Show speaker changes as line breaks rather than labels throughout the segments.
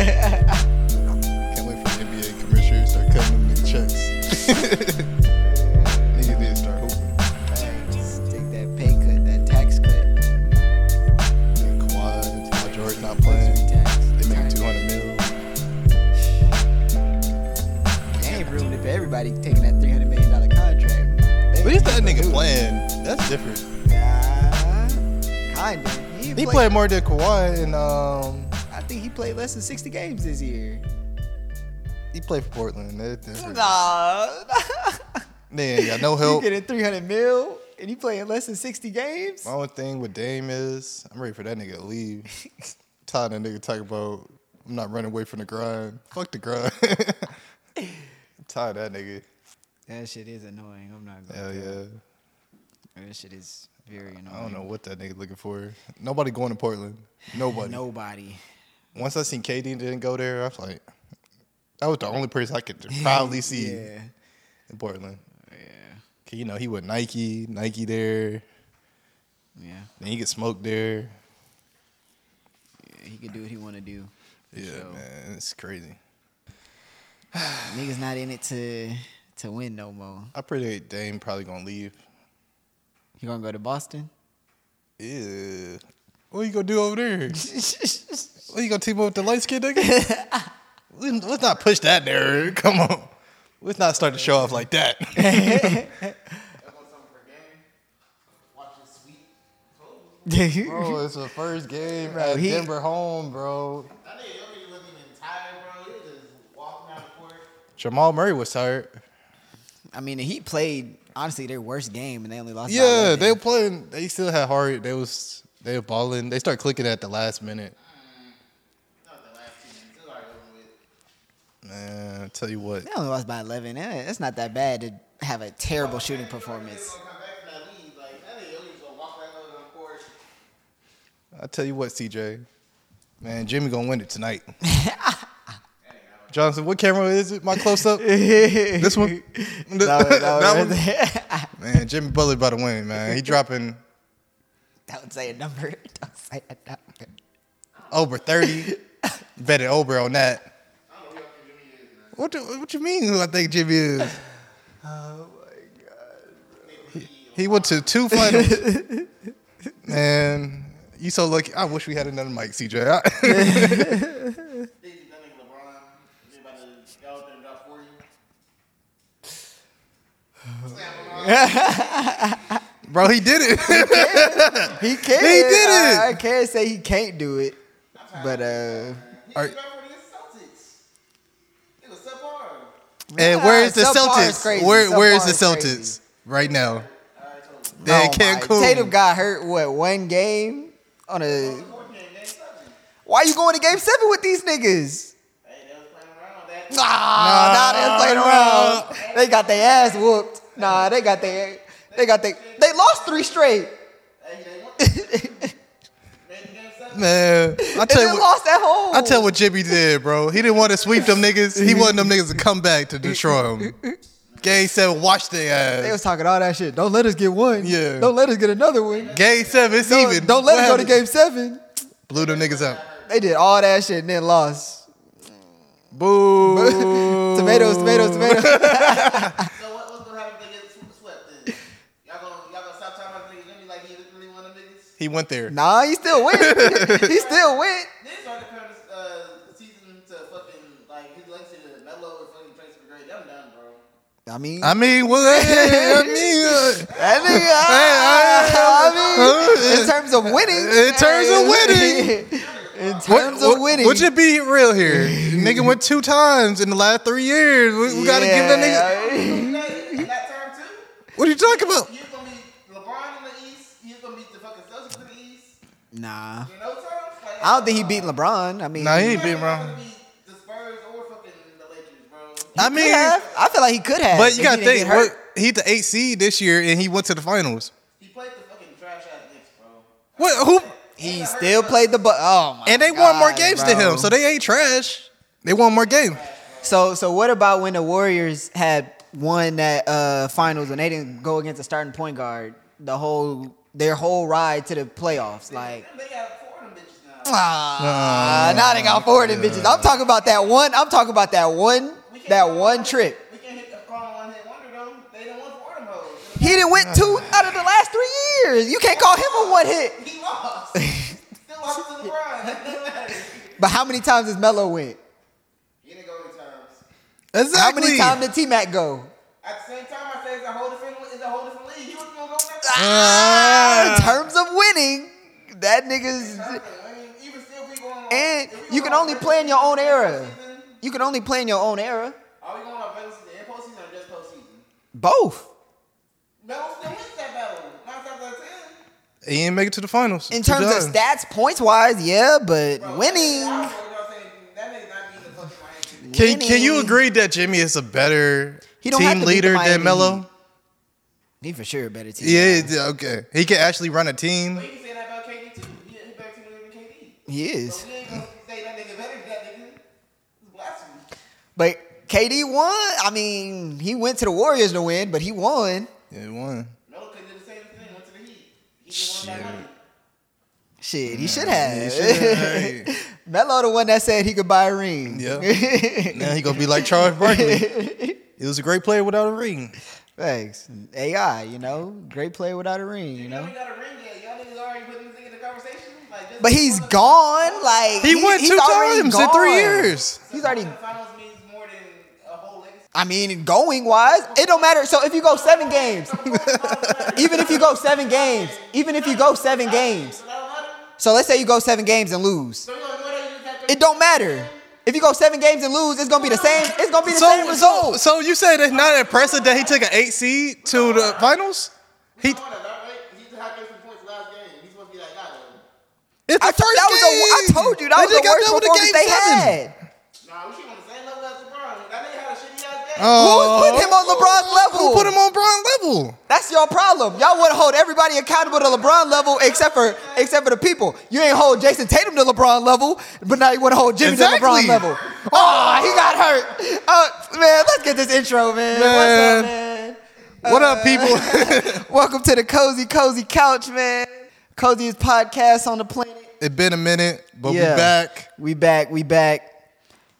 somebody taking that three hundred million dollar contract. They
At least that
ain't
nigga
gonna
playing. That's different.
do it. Nah, kinda. He,
He played more than Kawhi, and um,
I think he played less than sixty games this year.
he played for Portland. They're different.
Nah,
They ain't got no
you
help. My
getting three hundred mil and you playing less than sixty games?
only thing with Dame is I'm ready for that nigga to leave. Tired of that nigga talking about I'm not running away from the grind. Fuck the grind. Tired of that nigga.
That shit is annoying. I'm not gonna.
Hell
lie.
yeah.
That shit is very annoying.
I don't know what that nigga looking for. Nobody going to Portland. Nobody.
Nobody.
Once I seen KD didn't go there, I was like, that was the only person I could probably see
Yeah.
in Portland.
Yeah.
'Cause, you know, he with Nike, Nike there.
Yeah.
Then he could smoke there.
Yeah, He can do what he want to do. for
Yeah,
sure.
man, it's crazy.
Niggas not in it to to win no more.
I predict Dame probably gonna leave.
You gonna go to Boston?
Yeah. What you gonna do over there? what you gonna team up with the light skinned nigga? Let's let's not push that there. Come on. Let's not start to show off like that.
Bro,
it's the first game
at he- Denver
home, bro.
That nigga Jokic wasn't even tired, bro. He was just walking out the court.
Jamal Murray was tired.
I mean, he played honestly their worst game, and they only lost. by
Yeah,
11.
they were playing. They still had heart. They was they were balling. They start clicking at the last minute.
That was the last two minutes. It was already over with.
Man, I tell you what.
They only lost by eleven. Eh, It's not that bad to have a terrible shooting
He's
performance.
gonna come back from that lead. Like, that nigga Jokic gonna walk back over on the court.
I tell you what, CJ. Man, Jimmy gonna win it tonight. Johnson, what camera is it? My close up? this one?
That was- that
That
was-
one? Man, Jimmy Butler about to win, man. He dropping
Don't say a number. Don't say a number.
over 30. Betting over on that.
I don't know who Jokic Jimmy is, man.
What do, what you mean who I think Jimmy is? Oh my god. He went to two finals. man, you so lucky. I wish we had another mic, CJ. I-
Think that nigga LeBron is about to go out there and drop 40.
Bro, he did it.
He can.
He did it.
I, I can't say he can't do it, but uh.
All right.
He All right. dropped 40 against the Celtics. It was subpar.
And
Nah,
where's the
subpar is
Celtics?
crazy.
Where where is
Subpar
the
is
Celtics
crazy.
right now?
I told you.
They in
Oh my-
Cancun.
Tatum got hurt what one game on a. Why you going to game seven with these niggas?
Hey, they was playing around that.
Nah, nah, they was playing around. They got their ass whooped. Nah, they got their, they got their, they lost three straight.
Hey, they won. Made the game seven.
Man, I
And
tell
they
you what,
lost at home.
I tell you what Jimmy did, bro. He didn't want to sweep them niggas. He wanted them niggas to come back to destroy him. Game seven, watch their ass.
They was talking all that shit. Don't let us get one.
Yeah.
Don't let us get another one.
Game seven, it's even.
Don't, don't let
What
us go to
happened?
game seven.
Blew them niggas out.
They did all that shit and then lost.
Boo.
tomatoes, tomatoes, tomatoes.
So what, what's gonna happen if they get sw- swept then? Y'all gonna y'all gonna stop talking about niggas Jimmy like he really one of them niggas?
He went there.
nah, he still went. he still went.
Niggas started comparing this uh, season to fucking like his legacy to Melo or fucking Tracy McGrady. I'm done, bro.
I mean,
I mean, well, hey, I mean, uh,
That nigga, ah, I, I mean, in terms of winning,
In terms of winning.
in terms
what,
of
what,
winning,
Would you be real here? nigga went two times in the last three years. We, we gotta give that nigga.
nigga.
Hey, at that time too,
What are you talking about?
he's gonna be LeBron in the East. He's gonna be the fucking Celtics in the East.
Nah,
In no time. Like,
I don't think he beat LeBron. I mean,
Nah, he
he's
ain't beat
not gonna
LeBron.
be the Spurs or fucking the Lakers, bro.
I
could
mean,
have. I feel like he could have,
but you
if
gotta
he didn't get
think.
hurt.
What, he the eight seed this year, and he went to the finals.
He played the fucking trash ass Knicks, bro.
What? Who?
he still played the. Bu- oh my!
And they
God,
won more games than
bro.
him, so they ain't trash. They won more games.
so so what about when the Warriors had won that uh, finals when they didn't go against a starting point guard the whole their whole ride to the playoffs? Like
They got four of them bitches now.
Ah, now they got four of them bitches. I'm talking about that one. I'm talking about that one. That one trip.
We can't hit the call one hit wonder though. They don't want Fordham hoes.
He didn't went two out of the last three years. You can't call him a one hit.
He lost. Still lost to LeBron.
But how many times has Melo went?
he didn't go any times.
Exactly.
How many times did T Mac go?
At the same time, I say it's a whole different it's a whole different league. He was gonna go next.
Ah,
Uh,
in terms of winning, that nigga's.
I mean, even still, we going on-
And
if we
you
going
can
on
only play in your own era.
Season,
You can only play in your own era.
Are we going on regular season and postseason or just postseason?
Both.
Melo still wins that battle. Nine times out of ten.
He didn't make it to the finals.
In
Good
terms of
job.
stats, points wise, yeah, but
Bro,
winning.
I don't know what y'all saying. That nigga not being the fucking Miami. Heat.
Can can you
winning-
agree that Jimmy is a better
He don't have
team
to beat the
leader than
Miami
Melo?
He for sure a better team.
Yeah, yeah, okay. He can actually run a team.
But you can say that about KD too. He, he better team than KD.
he
So
is.
we ain't gonna say that nigga better than that nigga. It's blasphemy.
But KD won. I mean, he went to the Warriors to win, but he won.
Yeah, he won.
Melo could do the same thing. Went to the Heat. He just won by
Shit.
money.
Shit, he should
he
have.
should have, hey.
Melo, the one that said he could buy a ring.
Now he gonna be like Charles Barkley. He was a great player without a ring.
Thanks. AI, you know, great player without a ring, you
You know,
know.
we got a ring yet. Y'all niggas already putting this nigga in the conversation. Like, just
But he's gone. Like
He won
he's
two
already
times in three
gone.
years.
He's already.
The finals means more than a whole legacy.
I mean, going wise, it don't matter. So if you go seven games, even if you go seven games, even if you go seven games,
So that don't matter.
so let's say you go seven games and lose,
So we gonna do it. You just have to.
it don't matter. If you go seven games and lose, it's gonna be the same. It's gonna be the same
So, so,
result.
so you said it's not impressive that he took an eight seed to the finals? He,
Come on, all right? He just had 13 points last game. He's supposed to be that guy, though.
it's
I
the
told
first
that was the,
game.
I told you that
They
was the
just got
worst
done with
performance
game
they
seven.
had.
Nah, we should on the same level as LeBron. That nigga had a shitty ass game.
Who
Oh,
was putting him on LeBron's level?
Who put him on Bron level?
That's your problem. Y'all want to hold everybody accountable to LeBron level, except for except for the people. You ain't hold Jason Tatum to LeBron level, but now you want to hold Jimmy to
Exactly.
LeBron level. Oh, he got hurt. Oh, man, let's get this intro, man. What's
Man.
up, man?
What up, people?
Welcome to the cozy, cozy couch, man. Coziest podcast on the planet.
It's been a minute, but
Yeah.
we back.
We back. We back.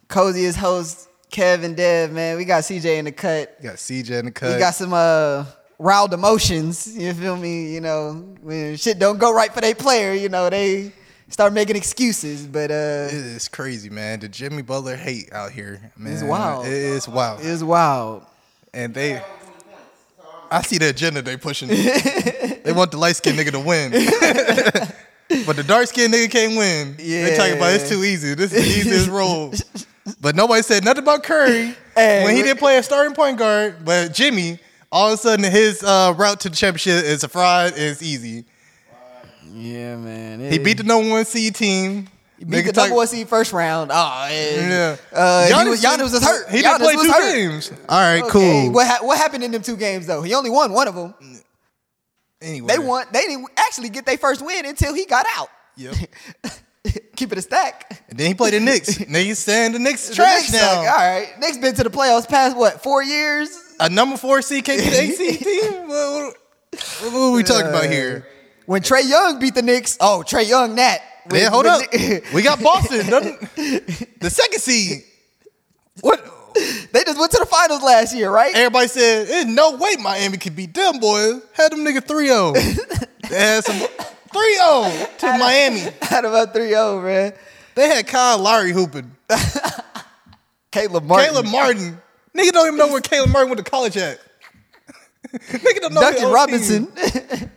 Coziest host, Kevin Dev, man. We got CJ in the cut.
We got CJ in the cut.
We got some uh riled emotions. You feel me? You know, when shit don't go right for their player, you know, they start making excuses. But uh
it is crazy, man. The Jimmy Butler hate out here, man.
It's wild.
It is wild.
it's wild.
and they, I see the agenda they pushing. they want the light skinned nigga to win, but the dark skinned nigga can't win. They talking about it's too easy. This is the easiest role. But nobody said nothing about Curry
Hey,
when he
we-
didn't play a starting point guard. But Jimmy, all of a sudden, his uh, route to the championship is a fraud. It's easy.
Yeah, man.
He beat the number one seed team.
he beat the
Nigga talk-
number one seed first round. Oh,
Yeah.
yeah. Uh, Giannis, he was, Giannis was hurt.
He
Giannis
didn't play
was
two
hurt.
games. All right,
Okay,
cool.
What ha- what happened in them two games though? He only won one of them.
anyway,
They won. They didn't actually get their first win until he got out.
Yep.
Keep it a stack.
And then he played the Knicks. now you saying the Knicks
The
trash
Knicks
now.
suck. all right. Knicks been to the playoffs past what four years?
A number four seed came to the eight seed team. What, what- what are we talking about here?
When Trey Young beat the Knicks, oh Trey Young, that.
Man,
When-
hold
when
up.
Knick-
we got Boston. Doesn't- the second seed. What?
they just went to the finals last year, right?
Everybody said, there's no way Miami could beat them, boys. Had them nigga 3 0. They had some 3 0 to Miami.
Out of a 3-0, oh, man.
They had Kyle Lowry hooping.
Caleb Martin.
Caleb Martin. Nigga don't even know where Caleb Martin went to college at. Nigga don't know. his
Duncan
own
Robinson.
team.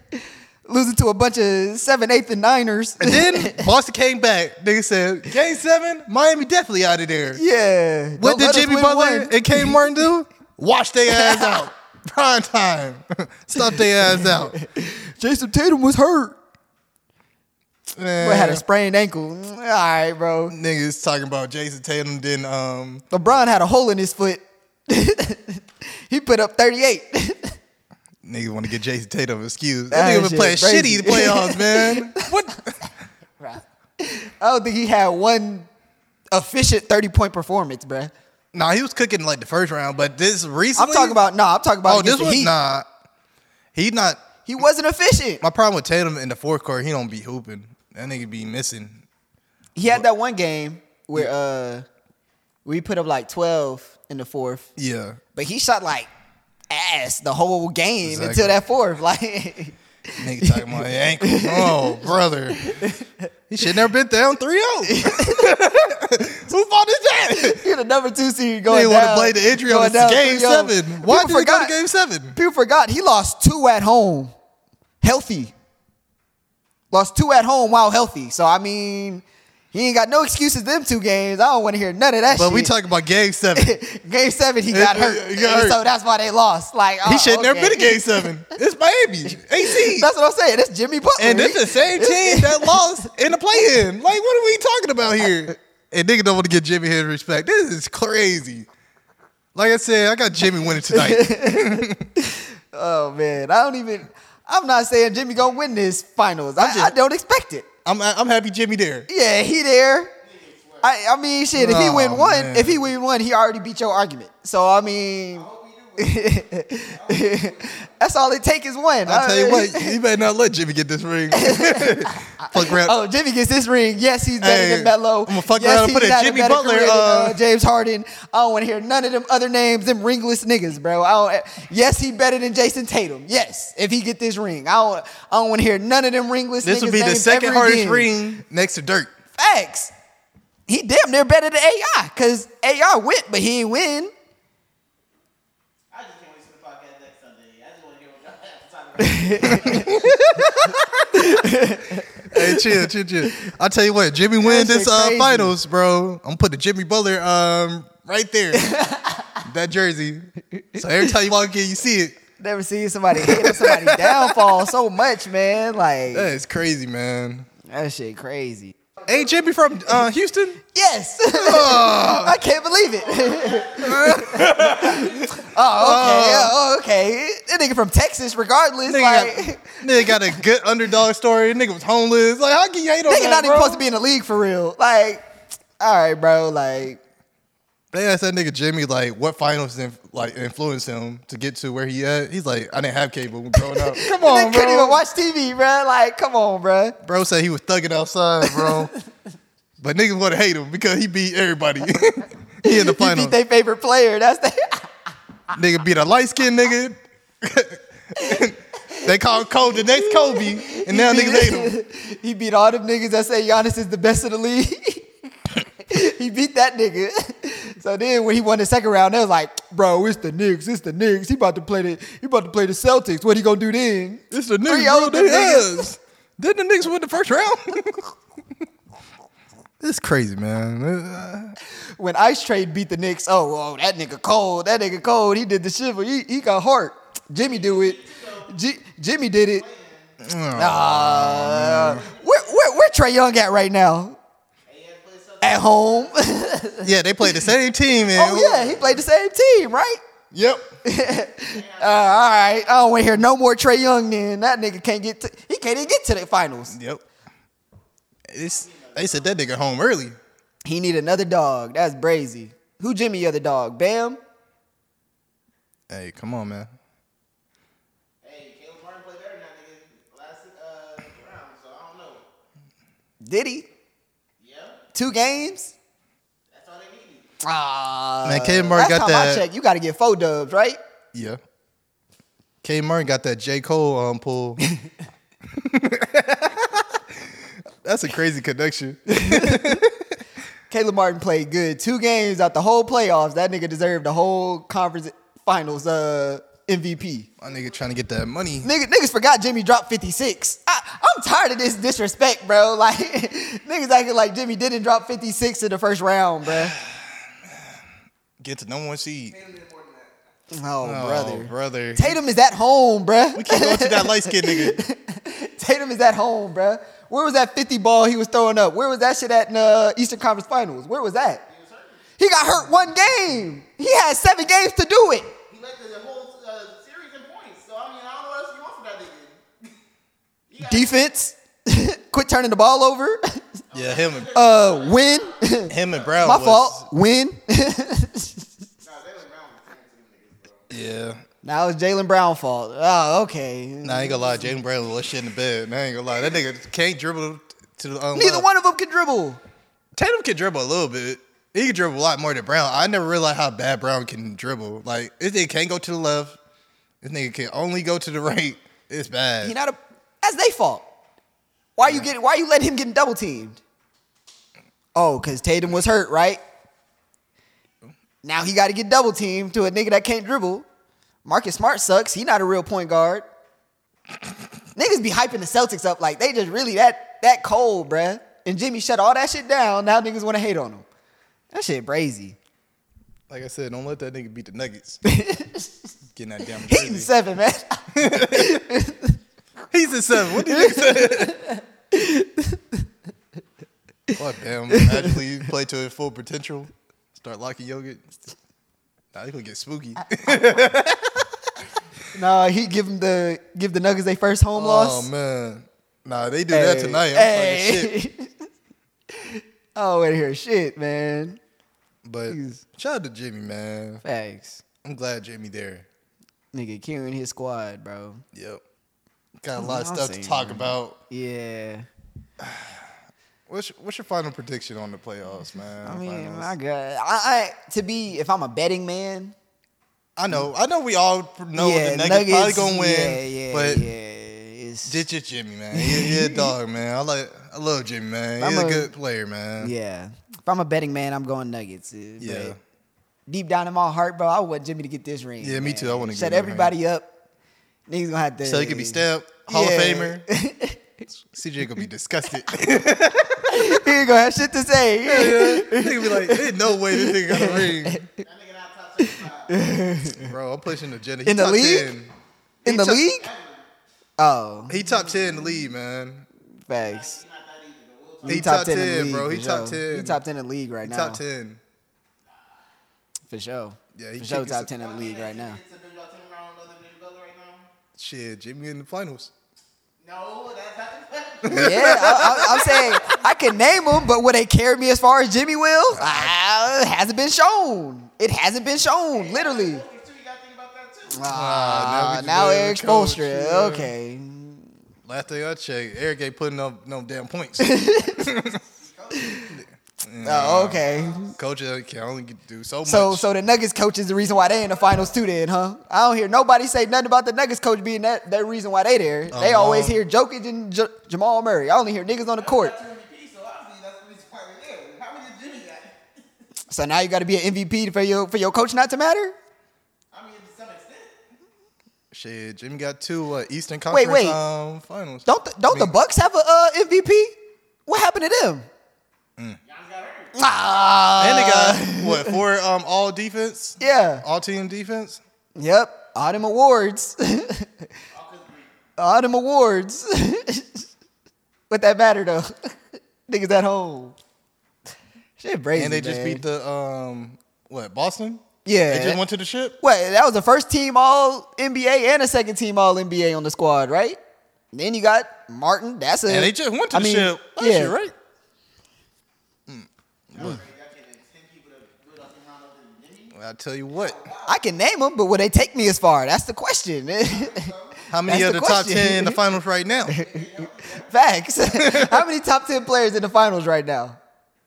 Losing to a bunch of seven, eighth, and niners.
And then Boston came back. Nigga said, Game seven, Miami definitely out of there.
yeah.
What
Don't let
did
us
Jimmy
win
Butler
one.
and Caleb Martin do? Wash their ass out. Prime time. Stop their ass out.
Jason Tatum was hurt.
Man.
Boy, had a sprained ankle. Mm, All right, bro.
Niggas talking about Jason Tatum then um
LeBron had a hole in his foot. he put up 38.
niggas want to get Jason Tatum excused.
That
That nigga was
shit
playing
crazy.
shitty the playoffs, man. What
Bruh. I don't think he had one efficient 30 point performance, bruh.
Nah, he was cooking like the first round, but this
I'm
recently
talking about, no, I'm talking about
Oh, this
against the
was
Heat.
nah. He not.
He wasn't efficient.
My problem with Tatum in the fourth quarter, he don't be hooping. That nigga be missing.
He had that one game where uh we put up like 12 in the fourth,
Yeah,
but he shot like ass the whole game
Exactly.
until that fourth. Like,
nigga talking about his ankle. Oh, brother, he should never been down 3-0. oh. Who fault is that?
you know, number two seed going
They
down.
want to play the injury on
going
the
down
game
3-0.
seven. Why
People
did forgot. go to game seven?
People forgot he lost two at home, healthy. Lost two at home while healthy. So I mean, he ain't got no excuses. Them two games, I don't want to hear none of that.
But
shit.
we talk about game seven. he
game seven, he got hurt,
He got hurt.
so that's why they lost. Like oh,
shouldn't
okay.
never been to game seven. It's Miami, AC,
That's what I'm saying. That's Jimmy Butler.
and it's the same team that lost in the play-in. Like, what are we talking about here? And nigga don't want to give Jimmy his respect. This is crazy. Like I said, I got Jimmy winning tonight.
Oh man, I don't even. I'm not saying Jimmy gonna win this finals. I, I don't expect it.
I'm I'm happy Jimmy there.
Yeah, he there. I I mean, shit. If he
Oh,
win one,
man.
if he win one, he already beat your argument. So I mean, that's all it take is one. Uh,
I tell you what, you better not let Jimmy get this ring. Fuck rap.
Oh, Jimmy gets this ring. Yes, he's better
Hey,
than Melo.
I'ma fuck
yes,
around and
he's
put a
got
Jimmy
better
Butler,
career than,
uh,
James Harden. I don't want to hear none of them other names. Them ringless niggas, bro. I don't, yes, he better than Jason Tatum. Yes, if he get this ring, I don't. I don't want to hear none of them ringless.
This
niggas
would be the
names
second
ever
hardest
again.
ring next to Dirk.
Facts. He damn near better than AI because AI went, but he ain't win.
I just can't wait to the podcast next Sunday. I just want to hear what y'all have to talk about.
Hey, chill, chill, chill. I tell you what, Jimmy
That
win
shit
this uh,
crazy.
finals, bro. I'm putting Jimmy Butler um right there. that jersey. So every time you walk in, you see it.
Never seen somebody hit somebody downfall so much, man. Like
That is crazy, man.
that shit crazy.
Ain't Jimmy from uh, Houston?
Yes. I can't believe it. oh, okay. Oh, okay. That nigga from Texas, regardless.
Uh. Nigga,
like,
got, nigga got a good underdog story. Nigga was homeless. Like, how can you hate on
nigga
that,
not even
bro?
supposed to be in the league for real. Like, all right, bro. Like,
They asked that nigga Jimmy like what finals in, like influenced him to get to where he at. He's like, I didn't have cable growing up. Come
they
on,
couldn't even
bro.
watch TV, bro. Like, come on, bro.
Bro said he was thugging outside, bro. but niggas want to hate him because he beat everybody. he in
He
the final.
beat their favorite player. That's the.
nigga beat a light skinned nigga. they called Kobe the next Kobe, and now niggas hate him.
He beat all them niggas that say Giannis is the best of the league. he beat that nigga. So then when he won the second round, they was like, bro, it's the Knicks, it's the Knicks. He about to play the he about to play the Celtics. What he gonna do then?
It's the
Three
niggas, bro.
old
They
niggas.
is. Didn't the niggas win the first round? it's crazy, man. Uh,
When Ice Trade beat the Knicks, oh, oh, that nigga cold, that nigga cold. He did the shiver. He, he got heart. Jimmy do it. J- Jimmy did it. Uh, where, where, where Trey Young at right now? At home.
Yeah, they played the same team, man.
oh yeah, he played the same team, right?
Yep.
Uh, all right, I don't want to hear no more Trey Young. Then that nigga can't get to, he can't even get to the finals.
Yep. It's, they sent that nigga home early.
He need another dog. That's brazy. Who Jimmy other dog? Bam.
Hey, come on, man.
hey, Caleb Martin played better than that nigga last uh, round, so I don't know.
Did he?
Yeah,
Two games.
that's all they needed.
Ah,
Man, Caleb Murray
last
got
time I
that-
checked, you got to get four dubs, right?
Yeah. K Martin got that J. Cole um, pull. That's a crazy connection.
Caleb Martin played good. Two games out the whole playoffs. That nigga deserved the whole conference finals uh, MVP.
My nigga trying to get that money.
Nigga, niggas forgot Jimmy dropped 56. I, I'm tired of this disrespect, bro. Like, niggas acting like Jimmy didn't drop 56 in the first round, bro.
Get to number one seed.
Oh,
Oh,
brother.
brother.
Tatum is at home, bro.
We keep going to that light skinned nigga.
Tatum is at home, bro. Where was that 50 ball he was throwing up? Where was that shit at in uh, Eastern Conference Finals? Where was that? He got hurt one game. He had seven games to do it.
He led the whole uh, series in points, so I mean, I don't know what else you want from that nigga. He got-
Defense. Quit turning the ball over.
Yeah, him and
Uh, win.
him and Brown.
My
was-
fault. Win.
Nah, they went round with ten of them niggas, bro.
Yeah.
Now it's Jalen Brown fault. Oh, okay.
Nah, I ain't gonna lie, Jalen Brown was shit in the bed. Nah, I ain't gonna lie. That nigga can't dribble to the um,
Neither
line.
one of them can dribble.
Tatum can dribble a little bit. He can dribble a lot more than Brown. I never realized how bad Brown can dribble. Like this nigga can't go to the left. This nigga can only go to the right. It's bad.
He not a. That's they fault. Why you get? Why you let him get double teamed? Oh, cause Tatum was hurt, right? Now he got to get double teamed to a nigga that can't dribble. Marcus Smart sucks. He not a real point guard. Niggas be hyping the Celtics up like they just really that that cold, bruh. And Jimmy shut all that shit down. Now niggas want to hate on him. That shit brazy.
Like I said, don't let that nigga beat the Nuggets. Getting that damn
Heat in
jersey.
seven, man.
He's a seven. What did you say? Fuck damn. Actually, play to his full potential. Start locking yogurt. Now you gonna get spooky.
no, he give him the give the Nuggets their first home
oh
loss.
man. Nah, they do
Hey,
that tonight. I'm talking shit.
I don't want to hear Oh, shit, man.
But
Jeez.
shout out to Jimmy, man.
Facts.
I'm glad Jimmy there.
Nigga carrying his squad, bro.
Yep. Got a lot of
I'm
stuff to
saying,
talk
man.
about.
Yeah.
What's your, what's your final prediction on the playoffs, man?
I mean,
Finals?
my God. I, I to be if I'm a betting man,
I know, I know. We all know
yeah,
the Nuggets, probably
Nuggets,
gonna win,
Yeah, yeah,
but
yeah. It's,
ditch it, Jimmy, man. He, he a dog, man. I like, I love Jimmy, man. He's
I'm
a,
a-
good player, man.
yeah. If I'm a betting man, I'm going Nuggets. uh, but
Yeah.
Deep down in my heart, bro, I want Jimmy to get this ring.
Yeah, me
man.
too. I wanna get
shut
that ring.
everybody up. Niggas gonna have to.
So he could be stabbed, Hall
Yeah.
of Famer. CJ could be disgusted.
he ain't gonna have shit to say.
he could be like, "There's no way this nigga got a ring,
That nigga not top 25.
bro." I'm pushing the agenda. He
In the
top
league?
10.
In the
He took-
league? Oh,
He top ten in the league, man.
facts.
He, top, ten, bro. He top ten.
He top ten in the league right
He
now.
top ten.
For sure.
Yeah, he
For sure
kicking
top
some-
ten in the league right now.
It's a big y'all turn around another Jimmy Butler right now.
Shit, Jimmy in the finals.
No, that's not
Yeah, I, I, I'm saying I can name them, but will they carry me as far as Jimmy will? Ah, it hasn't been shown. It hasn't been shown, literally.
Too, you gotta think about that too.
now we
Ah,
just
now
blame the
Eric
coach,
Spoelstra.
yeah.
Okay. Oh,
Last thing I checked, Eric ain't putting up no damn points.
Oh, okay.
Coach uh, can only get- do so,
So,
much.
so the Nuggets coach is the reason why they in the finals too, then, huh? I don't hear nobody say nothing about the Nuggets coach being that, that reason why they there. They
Uh-huh.
always hear Jokic and J- Jamal Murray. I only hear niggas on the court.
Got two MVPs, so obviously that's the reason why we're there. How many did Jimmy got?
So now you got to be an MVP for your for your coach not to matter.
I mean, to some extent.
Shit, Jimmy got two uh, Eastern Conference
wait.
Um, finals.
Don't the, don't the
Me-
Bucks have a uh, MVP? What happened to them?
Giannis got hurt.
Ah,
Mm. and they got what four um all defense,
yeah,
all team defense.
yep. Autumn awards, autumn awards. what that matter though? Niggas at home. Shit, crazy.
and they just
man.
beat the um what Boston.
Yeah.
they just went to the ship.
Wait, that was the first team All NBA and a second team All NBA on the squad, right? And then you got Martin. That's a.
And they just went to
I
the
mean,
ship last
yeah.
year, right?
Y'all getting 10 people to build up around other than Jimmy.
Well, I tell you what,
I can name them, but will they take me as far? That's the question.
how many
That's
of
the
the top
question.
ten in the finals right now?
Facts. How many top ten players in the finals right now?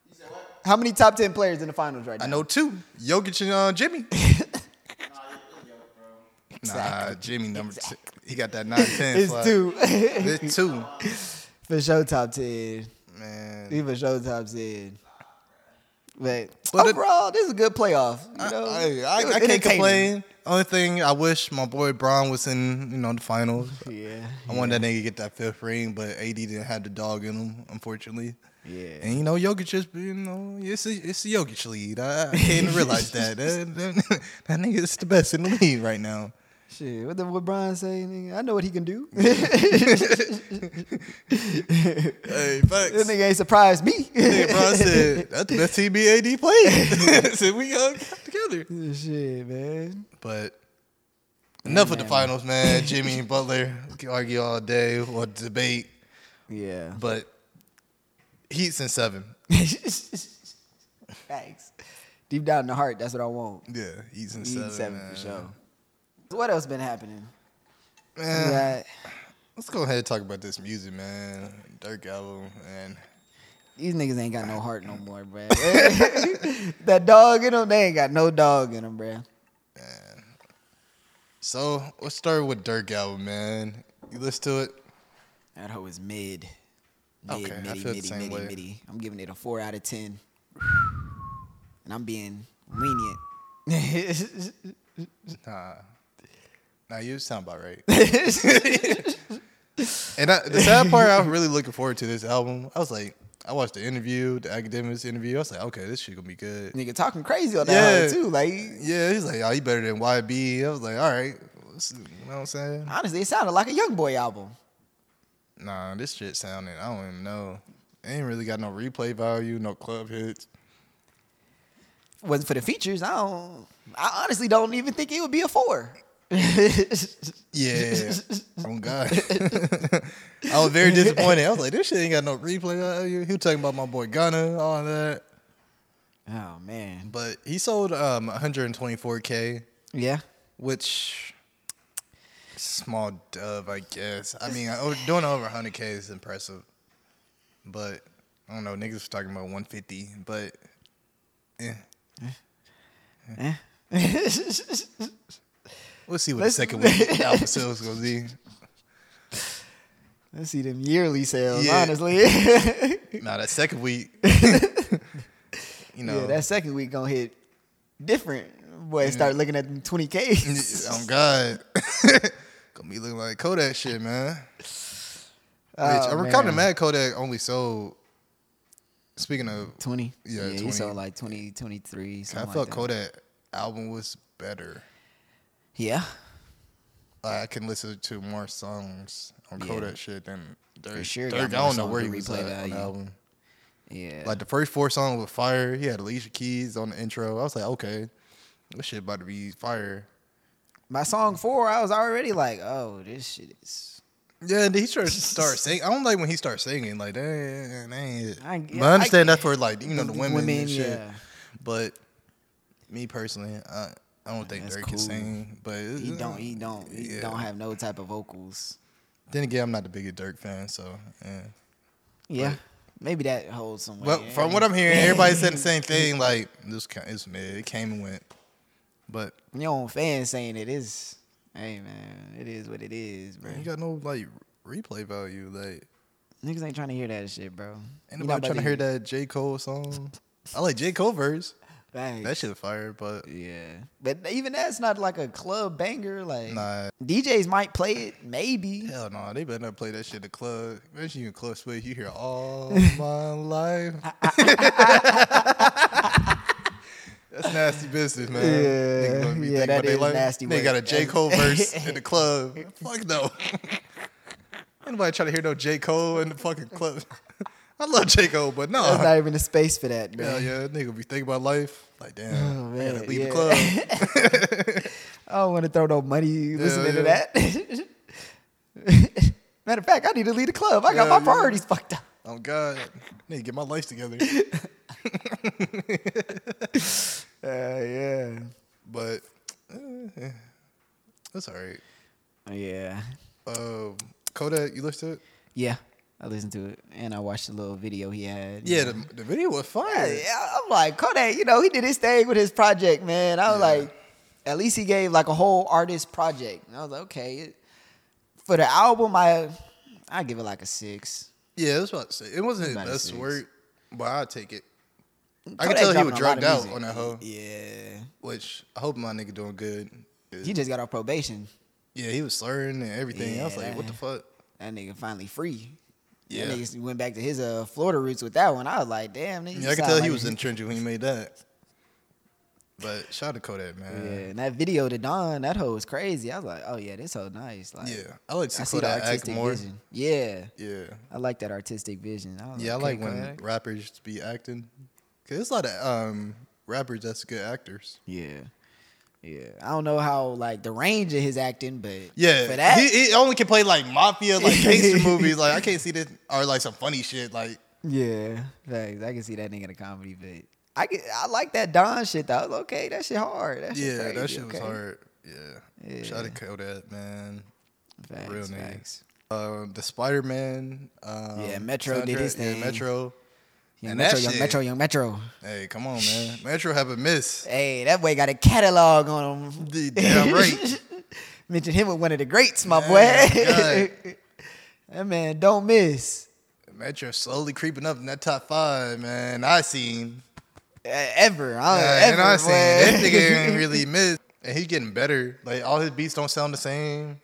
You said what?
How many top ten players in the finals right now?
I know two, Jokic and uh, Jimmy.
Nah, you're good, yo, bro.
Nah, Jimmy number two. He got that nine ten.
It's
slide.
two.
It's two,
for sure top ten.
man.
He for sure top ten. But,
But it-
overall, this is a good playoff. You know?
I,
It
I,
was
I can't
entertaining.
complain. Only thing I wish my boy Braun was in, you know, the finals.
Yeah.
I wanted that nigga to get that fifth ring, but AD didn't have the dog in him, unfortunately.
Yeah.
And you know, Jokic just, you know, it's a, it's a Jokic lead. I, I came to realize that. That, that. that nigga is the best in the league right now.
Shit. What the what Brian say? nigga? I know what he can do.
Hey,
This
facts.
nigga ain't surprised me.
Nigga Braun said, that's the best team AD played. said, we all got together.
Shit, man.
But enough with the finals, man. Jimmy and Butler can argue all day or debate,
Yeah.
but Heat's in seven.
Thanks. Deep down in the heart, that's what I want.
Yeah, Heat's in
Need
seven.
seven,
man.
for sure. So What else been happening?
Man,
We got-
let's go ahead and talk about this music, man. Dirk album and
these niggas ain't got no heart no more, bruh. that dog in them, they ain't got no dog in them, bruh.
so let's start with Dirk album, man. You listen to it.
That hoe is mid. Mid,
Okay, I
middy,
feel the
middy,
same
middy,
way.
middy. I'm giving it a four out of ten. And I'm being lenient
Nah. Nah, you sound about right. and I, the sad part, I'm really looking forward to this album. I was like, I watched the interview, the academics interview. I was like, okay, this shit gonna be good.
Nigga talking crazy on that
Yeah.
hoe, too. Like,
Yeah, he's like, oh, you better than YB. I was like, all right. Let's- You know what I'm saying?
honestly, it sounded like a Young Boy album.
Nah, this shit sounding, I don't even know. It ain't really got no replay value, no club hits.
Wasn't for the features. I don't. I honestly don't even think it would be a four. yeah,
Yeah. oh God. I was very disappointed. I was like, this shit ain't got no replay value. He was talking about my boy Gunna, all that.
Oh man.
But he sold um 124K,
Yeah.
which small dub, I guess. I mean, o- doing over 100K is impressive. But I don't know, niggas was talking about 150, but yeah.
Eh.
We'll see what
Let's-
the second week album sales gonna be.
Let's see them yearly sales.
Yeah.
Honestly, yeah,
Nah, that second week, you know,
that second week gonna hit different.
Mm-hmm.
Boy, start looking at them twenty k.
Oh God, gonna be looking like Kodak shit, man. Which
Oh,
I'm kind
man.
of mad Kodak only sold. Speaking of,
Twenty.
Yeah,
yeah he
20.
sold like 20, 23,
I
something like
felt
that.
Kodak album was better.
Yeah,
Like, I can listen to more songs on
Yeah.
Kodak shit than Dirk.
sure got
Dirk, I
more
don't know
songs
where he
with
was
replay
at on
value.
the album.
yeah.
Like the first four songs were fire. He had Alicia Keys on the intro. I was like, okay, this shit about to be fire.
My song four, I was already like, oh, this shit is.
Yeah, and he started to start singing. I don't like when he starts singing. Like, that ain't, that ain't it.
I-
But
yeah, I-
I understand that for like you know the women, and shit.
yeah.
But me personally, I, I don't think
That's
Drake
cool.
can sing. But it-
He don't. He don't. He
Yeah.
don't have no type of vocals.
Then again, I'm not the biggest Dirk fan, so. Yeah.
Yeah, maybe that holds some.
But
weight.
from what I'm hearing, everybody said the same thing. Like this, ca- it's mid. It came and went. But
your own fans saying it is, hey man, it is what it is, bro.
you got no like replay value. Like
Niggas ain't trying to hear that shit, bro.
ain't nobody trying to hear that J Cole song. I like J Cole verse. That shit fire, but
Yeah, but even that's not like a club banger. Like
nah.
DJs might play it, maybe.
Hell no, they better not play that shit in the club. Imagine you in club split, you hear all my life. That's nasty business, man. Niggas gonna be
Yeah,
thinking
that
about they
is
life.
nasty
They got a
work.
J. Cole verse in the club. Fuck no. Anybody trying to hear no J. Cole in the fucking club? I love J. Cole, but no.
There's not even a space for that, bro.
Hell yeah, nigga be thinking about life. Like, damn,
Oh,
I gotta
man,
leave
yeah.
the club.
I don't want to throw no money listening
yeah.
to that. Matter of fact, I need to leave the club. I got
Yeah,
my
yeah.
priorities fucked up.
Oh, God. Need to get my life together.
Uh, yeah.
But eh, eh, that's all right.
Yeah.
Um, Kodak, you listened to it?
Yeah. I listened to it and I watched the little video he had.
Yeah, the, the video was
Yeah,
fire.
yeah, I'm like, Kodak, you know, he did his thing with his project, man. I was
Yeah.
like, at least he gave like a whole artist project. And I was like, okay. it- For the album, I I give it like a six.
Yeah, that's what I say. It wasn't his
About a
best
six.
work, but I'll take it.
Kodak
I could tell he
dropping a
was
lot
drugged
of
out
music.
on that hoe,
Yeah.
which I hope my nigga doing good.
He just got off probation.
Yeah, he was slurring and everything. I was like, what the
Yeah.
fuck?
That nigga finally free. Yeah.
Yeah.
That nigga went back to his uh, Florida roots with that one. I was like, damn, nigga. you
Yeah, I could
sound
tell he
like-
was in trenches when he made that. But shout out to Kodak,
Yeah,
man.
and that video to Don, that hoe was crazy. I was like, oh yeah, this hoe nice. Like,
Yeah, I like to see
I see the
Kodak act
artistic
more.
vision. Yeah,
Yeah,
I like that artistic vision. I was
yeah, I
okay,
like when
Kodak.
rappers be acting. Cause there's a lot of um rappers that's good actors.
Yeah, yeah. I don't know how like the range of his acting, but
Yeah,
for that,
He, he only can play like mafia, like gangster movies. Like I can't see this or like some funny shit. Like
yeah, facts. I can see that nigga in a comedy, but I get, I like that Don shit though. I was okay, that shit hard. That shit
yeah,
crazy,
that shit was
okay.
hard. Yeah,
Yeah.
shout out to Kodak, man.
Facts,
Real nigga.
facts.
Uh, the Spider Man. Um,
Yeah, Metro did his
soundtrack.
thing.
Yeah, Metro.
Young
And that
Metro, young
shit-
Metro, young Metro.
Hey, come on, man. Metro have a miss.
Hey, that boy got a catalog on him.
The damn right.
Mention him with one of the greats, my
Man,
boy. that man don't miss.
Metro slowly creeping up in that top five, man. I seen.
e-, ever. I don't
Nah,
ever.
and I seen that
boy.
nigga ain't really missed, and he's getting better. Like all his beats don't sound the same.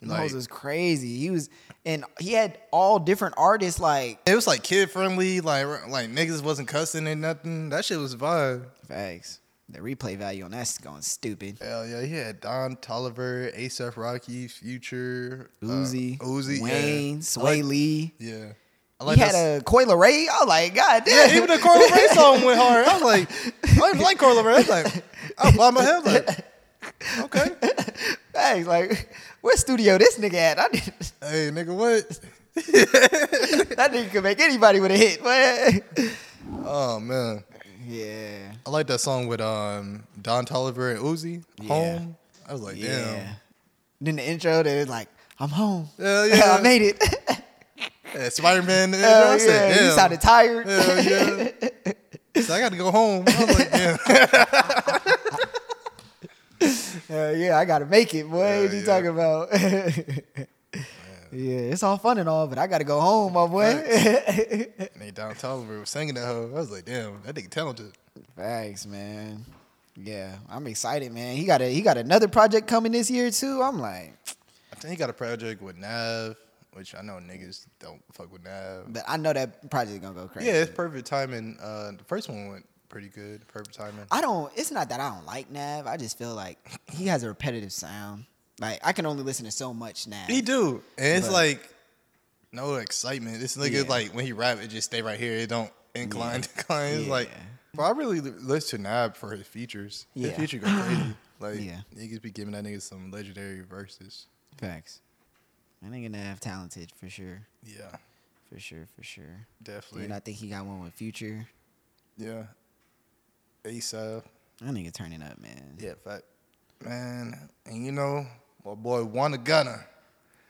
Like
Moses was crazy. He was, and he had all different artists. Like
it was like kid friendly. Like r- like niggas wasn't cussing and nothing. That shit was vibe.
facts. The replay value on that's going stupid.
Hell yeah, he had Don Tolliver, ASAP Rocky, Future, uh,
Uzi,
Uzi, yeah.
Wayne,
I
Sway
like-
Lee.
yeah. I
he had
this-
a Coil Ray. I was like, God damn.
Yeah, even the Carla Ray song went hard. I was like, I don't even like Carla Ray. I was like, I'll buy my head. Like, okay.
Facts. Like, what studio this nigga at? I did,
Hey, nigga, what?
that nigga could make anybody with a hit. What?
Oh, man.
Yeah.
I like that song with um Don Tolliver and Uzi,
Yeah.
Home. I was like, damn.
Yeah. Then the intro, they're like, I'm home.
Hell yeah.
I made it.
Yeah, Spider Man.
Hell
I said,
yeah. You
damn.
sounded tired.
Hell yeah. So I got to go home. I was like, damn.
Hell yeah, I gotta make it, boy.
Hell
what you
yeah.
talking about? yeah, it's all fun and all, but I gotta go home, my boy.
and then Don Tolliver was singing that hoe. I was like, damn, that nigga talented.
Thanks, man. Yeah, I'm excited, man. He got a he got another project coming this year too. I'm like,
I think he got a project with Nav, which I know niggas don't fuck with Nav.
but I know that project gonna go crazy.
Yeah, it's perfect timing. Uh, the first one went pretty good. Perfect timing.
I don't. It's not that I don't like Nav. I just feel like he has a repetitive sound. Like I can only listen to so much Nav.
he do, and it's
But-
like no excitement. This nigga
Yeah.
like when he rap, it just stay right here. It don't incline, decline. It's
Yeah.
like, but I really li- listen to Nab for his features. His
Yeah.
feature go crazy. Like
Yeah.
niggas be giving that nigga some legendary verses.
Facts. I think Nav talented for sure,
Yeah,
for sure, for sure.
definitely.
And I think he got one with Future.
yeah, ASAP.
That nigga turning up, man.
Yeah, fact. Man, and you know my boy Wanna Gunna.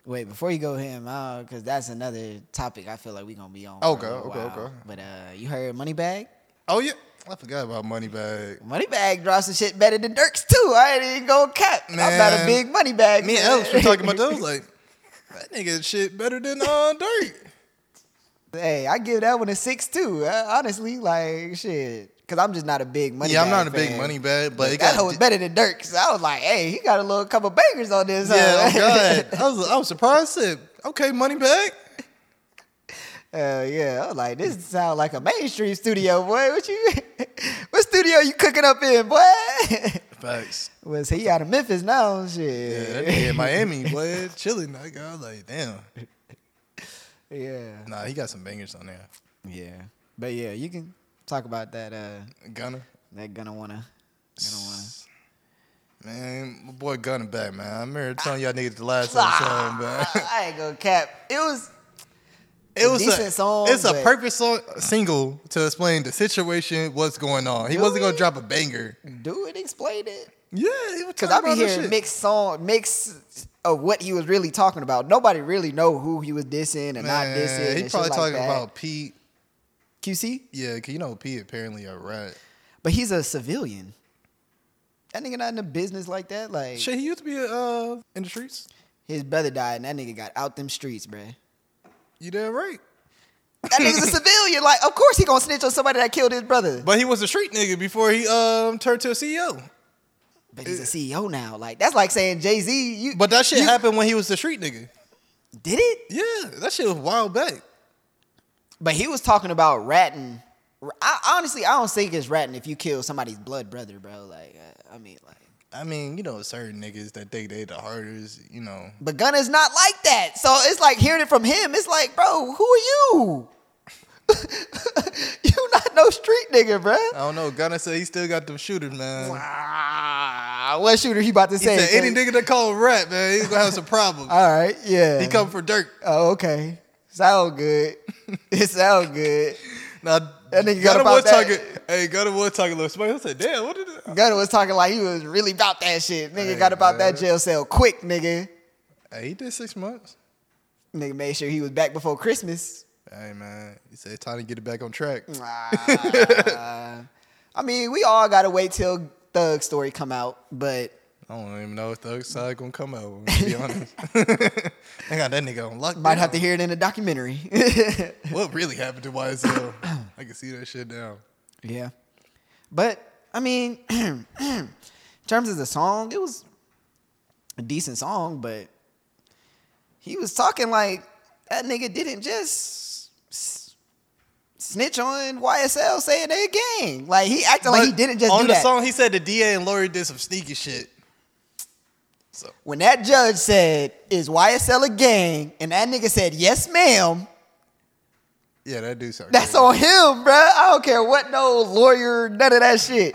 Wait, before you go him out, because that's another topic I feel like we gonna be on. for
Okay,
a little
okay,
while.
okay.
But uh, you heard Moneybag?
Oh yeah, I forgot about Moneybag.
Moneybag drops some shit better than Dirk's too. I ain't even gonna cap. I'm not a
Man.
big Moneybag.
Me and
fan.
Alex were talking about those. Like that nigga shit better than uh, Dirk.
hey, I give that one a six too. Uh, honestly, like shit, because I'm just not a big Moneybag.
yeah, I'm not a big
fan.
money bag, but it
that hoe
got.
was better than Dirk. So I was like, hey, he got a little couple bangers on this.
yeah, oh
huh?
god, I was I was surprised. I said, okay, money bag.
Hell yeah. I was like, this sound like a mainstream studio, boy. What you what studio you cooking up in, boy?
Facts.
Was he out of Memphis now?
Yeah,
Shit.
that nigga in Miami, boy, chilling. Like, I was like, damn.
yeah.
Nah, he got some bangers on there.
Yeah. But yeah, you can talk about that uh
Gunna,
that gonna wanna gonna wanna
man, my boy Gunna back, man. I remember telling y'all niggas the last episode, man.
Ah, I ain't gonna cap. It was
It was a,
decent song,
It's a
but-
perfect song, single to explain the situation, what's going on. He wasn't gonna
Really?
drop a banger.
dude explained it.
Yeah, he was
Cause
talking
I be
about that
hearing
shit.
mixed song mix of what he was really talking about. Nobody really know who he was dissing and not
Man,
dissing.
He
and shit
probably
like
talking
that.
about Pete.
QC.
Yeah, 'cause you know Pete apparently a rat.
But he's a civilian. That nigga not in the business like that. Like
Shit, he used to be uh in the streets.
his brother died, and that nigga got out them streets, bruh.
You did right.
That nigga's a civilian. Like, of course he gonna snitch on somebody that killed his brother.
But he was a street nigga before he um turned to a CEO.
But he's a CEO now. Like, that's like saying Jay Z. You
But that shit
you-
happened when he was the street nigga.
Did it?
Yeah, that shit was wild back.
But he was talking about ratting. I, honestly, I don't think it's ratting if you kill somebody's blood brother, bro. Like, uh, I mean, like,
I mean, you know, certain niggas that think they the hardest, you know.
but Gunna's not like that. So it's like hearing it from him. It's like, bro, who are you? you not no street nigga, bruh.
I don't know. Gunna said he still got them shooters, man.
Ah, what shooter he about to
He
say?
said any nigga that call him rat, man, he's gonna have some problems.
All right, yeah.
He come for Dirk.
oh, okay. Sound good. it sound good.
Now
That nigga got
Gunna
about
was
that.
talking. Hey, Gunna was talking a little smoke. I said, damn, what did? I-
Gunner was talking like he was really about that shit. Nigga
Hey,
got about that
man.
jail cell quick, nigga.
Hey, he did six months.
Nigga made sure he was back before Christmas.
Hey man, he said time to get it back on track.
Mm. Ah. I mean, we all gotta wait till Thug story come out, but
I don't even know if the other side gonna come out. To be honest, I got that nigga on lock.
might have to hear it in a documentary.
What really happened to YSL? I can see that shit now.
yeah. But I mean, in terms of the song, it was a decent song, but he was talking like that nigga didn't just s- snitch on YSL saying they a gang. Like he acted like he
But
didn't just
on
do
the
that.
song. He said the DA and Lori did some sneaky shit. So
When that judge said, "Is YSL a gang?" and that nigga said, "Yes, ma'am."
yeah, that do sound.
That's
crazy.
on him, bruh. I don't care what no lawyer, none of that shit.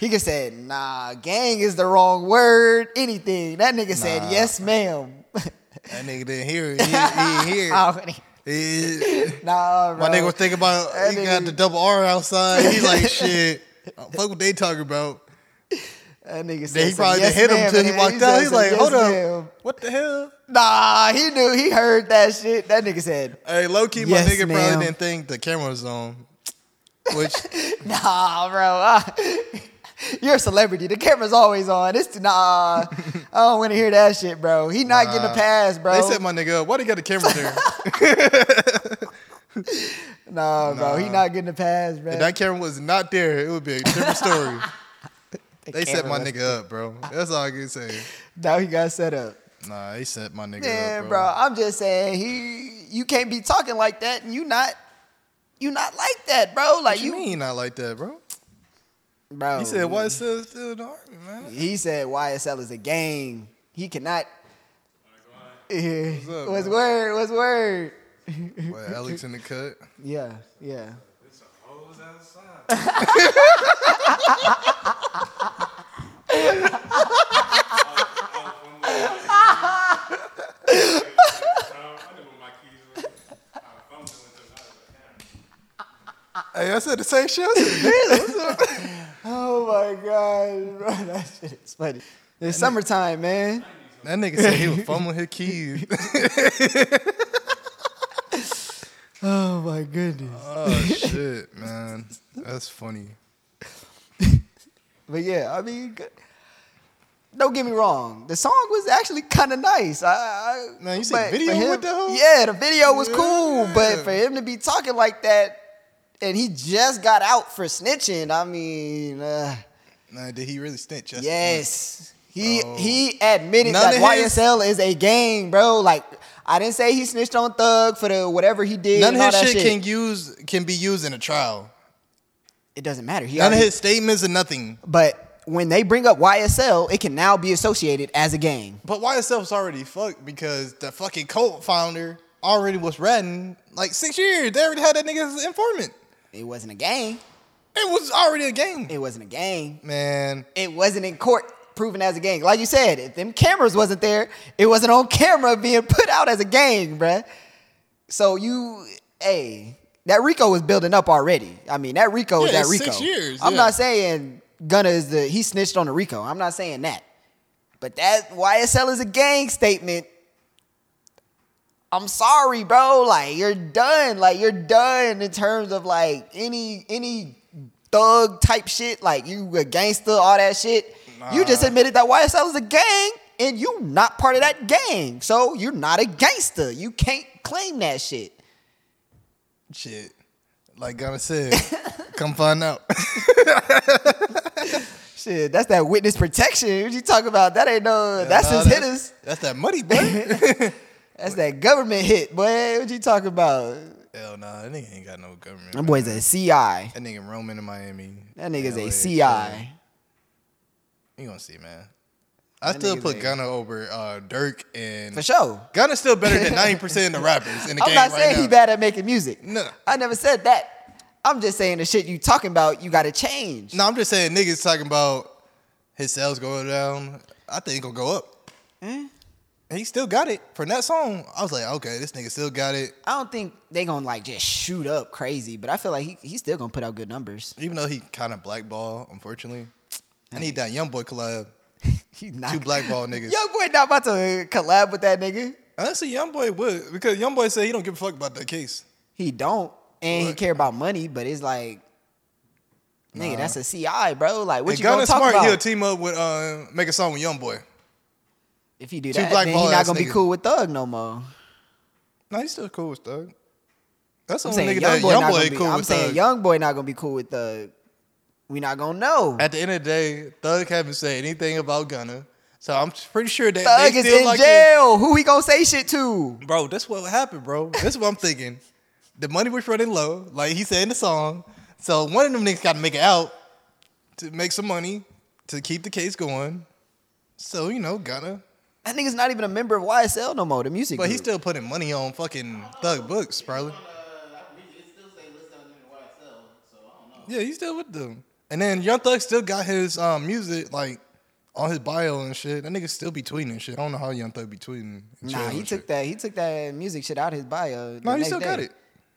He could say, nah, gang is the wrong word, anything. That nigga said,
Nah.
yes, ma'am.
That nigga didn't hear it. He, he ain't hear it.
Already.
He-
Nah, bro.
my nigga was thinking about
That
he got
nigga-
the double R outside. He's like, shit. I don't Fuck what they talking about.
that nigga said,
Then he
some
probably
yes,
didn't hit him
ma'am,
till he
and
walked out.
said
He's
some
like,
yes,
hold
ma'am.
up. What the hell?
Nah, he knew. He heard that shit. That nigga said,
Hey, low key, my
Yes,
nigga
ma'am.
probably didn't think the camera was on. Which
nah, bro. I- you're a celebrity. The camera's always on. It's nah. I don't want to hear that shit, bro. He not getting a
Nah.
pass, bro.
they set my nigga up. Why they got the camera there?
nah, bro. He
Nah.
not getting a pass, bro.
if that camera was not there, it would be a different story.
The
They set
camera
my
was-
nigga up, bro. That's all I can say.
Now he got set up.
Nah, they set my nigga
Man,
up,
bro. I'm just saying he you can't be talking like that and you not you not like that, bro. Like
What you
you,
mean not like that, bro?
bro.
He said, "Why is still still in the army, man?"
He said YSL is a gang. He cannot Yeah. What's,
up, man?
word? What's word?
Boy, Alex in the cut.
Yeah, yeah.
Hey, I said the same shit. I said,
Oh my god, bro. That shit is funny. It's summertime, man.
That nigga said he was fumbling his keys.
Oh my goodness.
oh shit, man, that's funny.
But yeah, I mean, good. don't get me wrong. The song was actually kind of nice. I, I
Man, you seen
but
the video
for him-
with the hoe?
Yeah, the video was cool, but
Yeah.
for him to be talking like that, and he just got out for snitching. I mean, uh,
Nah, did he really snitch? That's the
yes, he
Oh.
he admitted
None
that
of his-
YSL is a gang, bro. Like I didn't say he snitched on Thug for the whatever he did.
point. None
and all
of his
that
shit, can use can be used in a trial.
It doesn't matter. He
None of
already-
his statements or nothing.
But when they bring up YSL, it can now be associated as a gang.
But YSL was already fucked because the fucking cult founder already was ratting like six years. They already had that nigga as an informant.
It wasn't a gang.
It was already a game.
It wasn't a gang.
Man,
It wasn't in court proven as a gang. Like you said, if them cameras wasn't there, it wasn't on camera being put out as a gang, bruh. So you, hey, that Rico was building up already. I mean, that Rico is
Yeah,
that
it's
Rico.
six years,
I'm
yeah.
not saying Gunna is the he snitched on the Rico. I'm not saying that. But that YSL is a gang statement. I'm sorry, bro. Like you're done. Like you're done in terms of like any any thug type shit. Like you a gangster, all that shit. You just
Nah.
admitted that YSL is a gang, and you not part of that gang. So you're not a gangster. You can't claim that shit.
shit. Like Gunna said, come find out.
Shit, that's that witness protection. What you talking about? That ain't no. that's
Nah,
his hitters.
That's that money, boy.
That's that government hit, boy. What you talking about?
Hell nah, that nigga ain't got no government.
That boy's a CI.
That nigga roaming in Miami.
That nigga's
LA,
a
chilling.
CI.
You gonna see, man. I
That
still
nigga's
put
a-
Gunna over uh, Dirk and
For sure.
Gunna's still better than ninety percent of the rappers in the
I'm
game
not
right
saying
now.
he bad at making music.
No.
I never said that. I'm just saying the shit you talking about, you gotta change.
No, I'm just saying niggas talking about his sales going down. I think it gonna go up.
Eh?
He still got it from that song. I was like, okay, this nigga still got it.
I don't think they gonna like just shoot up crazy, but I feel like he, he's still gonna put out good numbers.
Even though he kind of blackball, unfortunately. I need that young boy collab.
He's not
Two blackball niggas.
Young boy not about to collab with that nigga.
Honestly, young boy would because young boy said he don't give a fuck about that case.
He don't. And he
What?
care about money, but it's like Nigga, that's a CI, bro. Like, what
And
you gonna
Gunna
talk
Smart, he'll
about?
team up with uh, make a song with young boy.
if he do
two
that, then he
blackball
not
ass
gonna be
niggas.
cool with Thug no more.
No, he's still cool with Thug. That's the
I'm
only
saying
nigga
young
that
boy
young
not
boy
gonna
ain't
be.
cool
I'm
with
saying
Thug.
young boy not gonna be cool with Thug. We not gonna know.
At the end of the day, Thug haven't said anything about Gunner, so I'm pretty sure that
Thug
they
is
still
in
like it.
jail. Who he gonna say shit to?
Bro, that's what happened, bro. That's what I'm thinking. The money was running low, like he said in the song. So one of them niggas got to make it out to make some money to keep the case going. So you know, Gunna,
That nigga's not even a member of YSL no more. The music,
but he's
group.
still putting money on fucking Thug books, probably. Yeah, he's still with them. And then Young Thug still got his um, music like on his bio and shit. That nigga still be tweeting and shit. I don't know how Young Thug be tweeting. and
nah.
shit
He
and
took
shit.
that. He took that music shit out of his bio. the
No, he
next
still got
day.
it.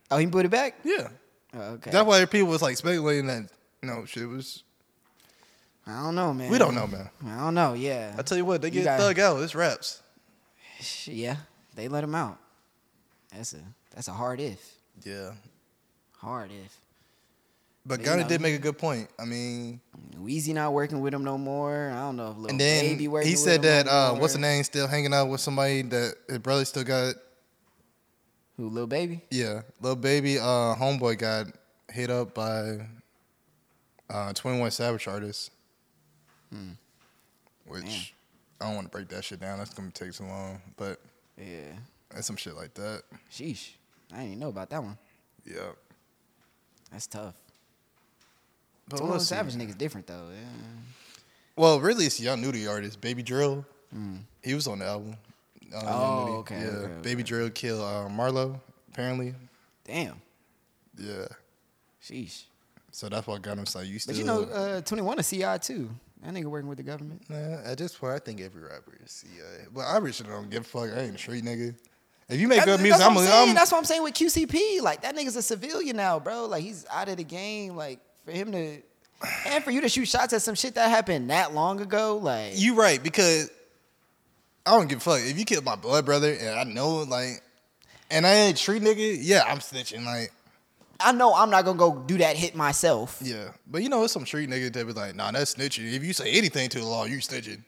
Oh, he put it back.
Yeah,
Oh, okay.
that's why people was like speculating that. No shit was.
I don't know, man.
We don't know, man.
I don't know. Yeah.
I tell you what, they
You
get
got-
Thug out. It's raps.
Sh- Yeah, they let him out. That's a that's a hard if.
Yeah,
Hard if.
but
You
Gunna
know.
did make a good point. I mean,
Weezy not working with him no more. I don't know if Lil
and then
Baby working
he
with
said
him
that
no
uh,
more.
what's the name still hanging out with somebody that his brother still got.
Who Lil Baby?
Yeah, little baby, uh, homeboy got hit up by uh, Twenty One Savage artists.
Hmm.
Which I don't want to break that shit down. That's gonna take too long, but
Yeah.
that's some shit like that.
Sheesh. I didn't even know about that one.
Yeah.
That's tough.
But
Twenty
we'll
One
see.
Savage niggas different though. Yeah.
Well, really, it's Young Nudie artist, Baby Drill. He was on the album. Uh, Young
Hmm. Oh,
Nudie.
okay,
Yeah,
okay, okay.
Baby Drill killed uh, Marlo, apparently.
Damn.
Yeah.
Sheesh.
So that's why got him. So you still.
But you know, uh, Twenty One a CI too. That nigga working with the government.
Nah, at this point, I think every rapper is CIA. But I really don't give a fuck. I ain't a street nigga. If you make good
That's-
music,
that's
I'm,
what
a-
I'm saying.
I'm-
That's what I'm saying with QCP. Like that nigga's a civilian now, bro. Like he's out of the game. Like for him to and for you to shoot shots at some shit that happened that long ago, like
You right because I don't give a fuck. If you kill my blood brother and I know like, and I ain't a street nigga, yeah, I'm snitching. Like,
I know I'm not gonna go do that hit myself.
yeah. But you know, it's some street nigga that be like, nah, that's snitching. If you say anything to the law, you snitching.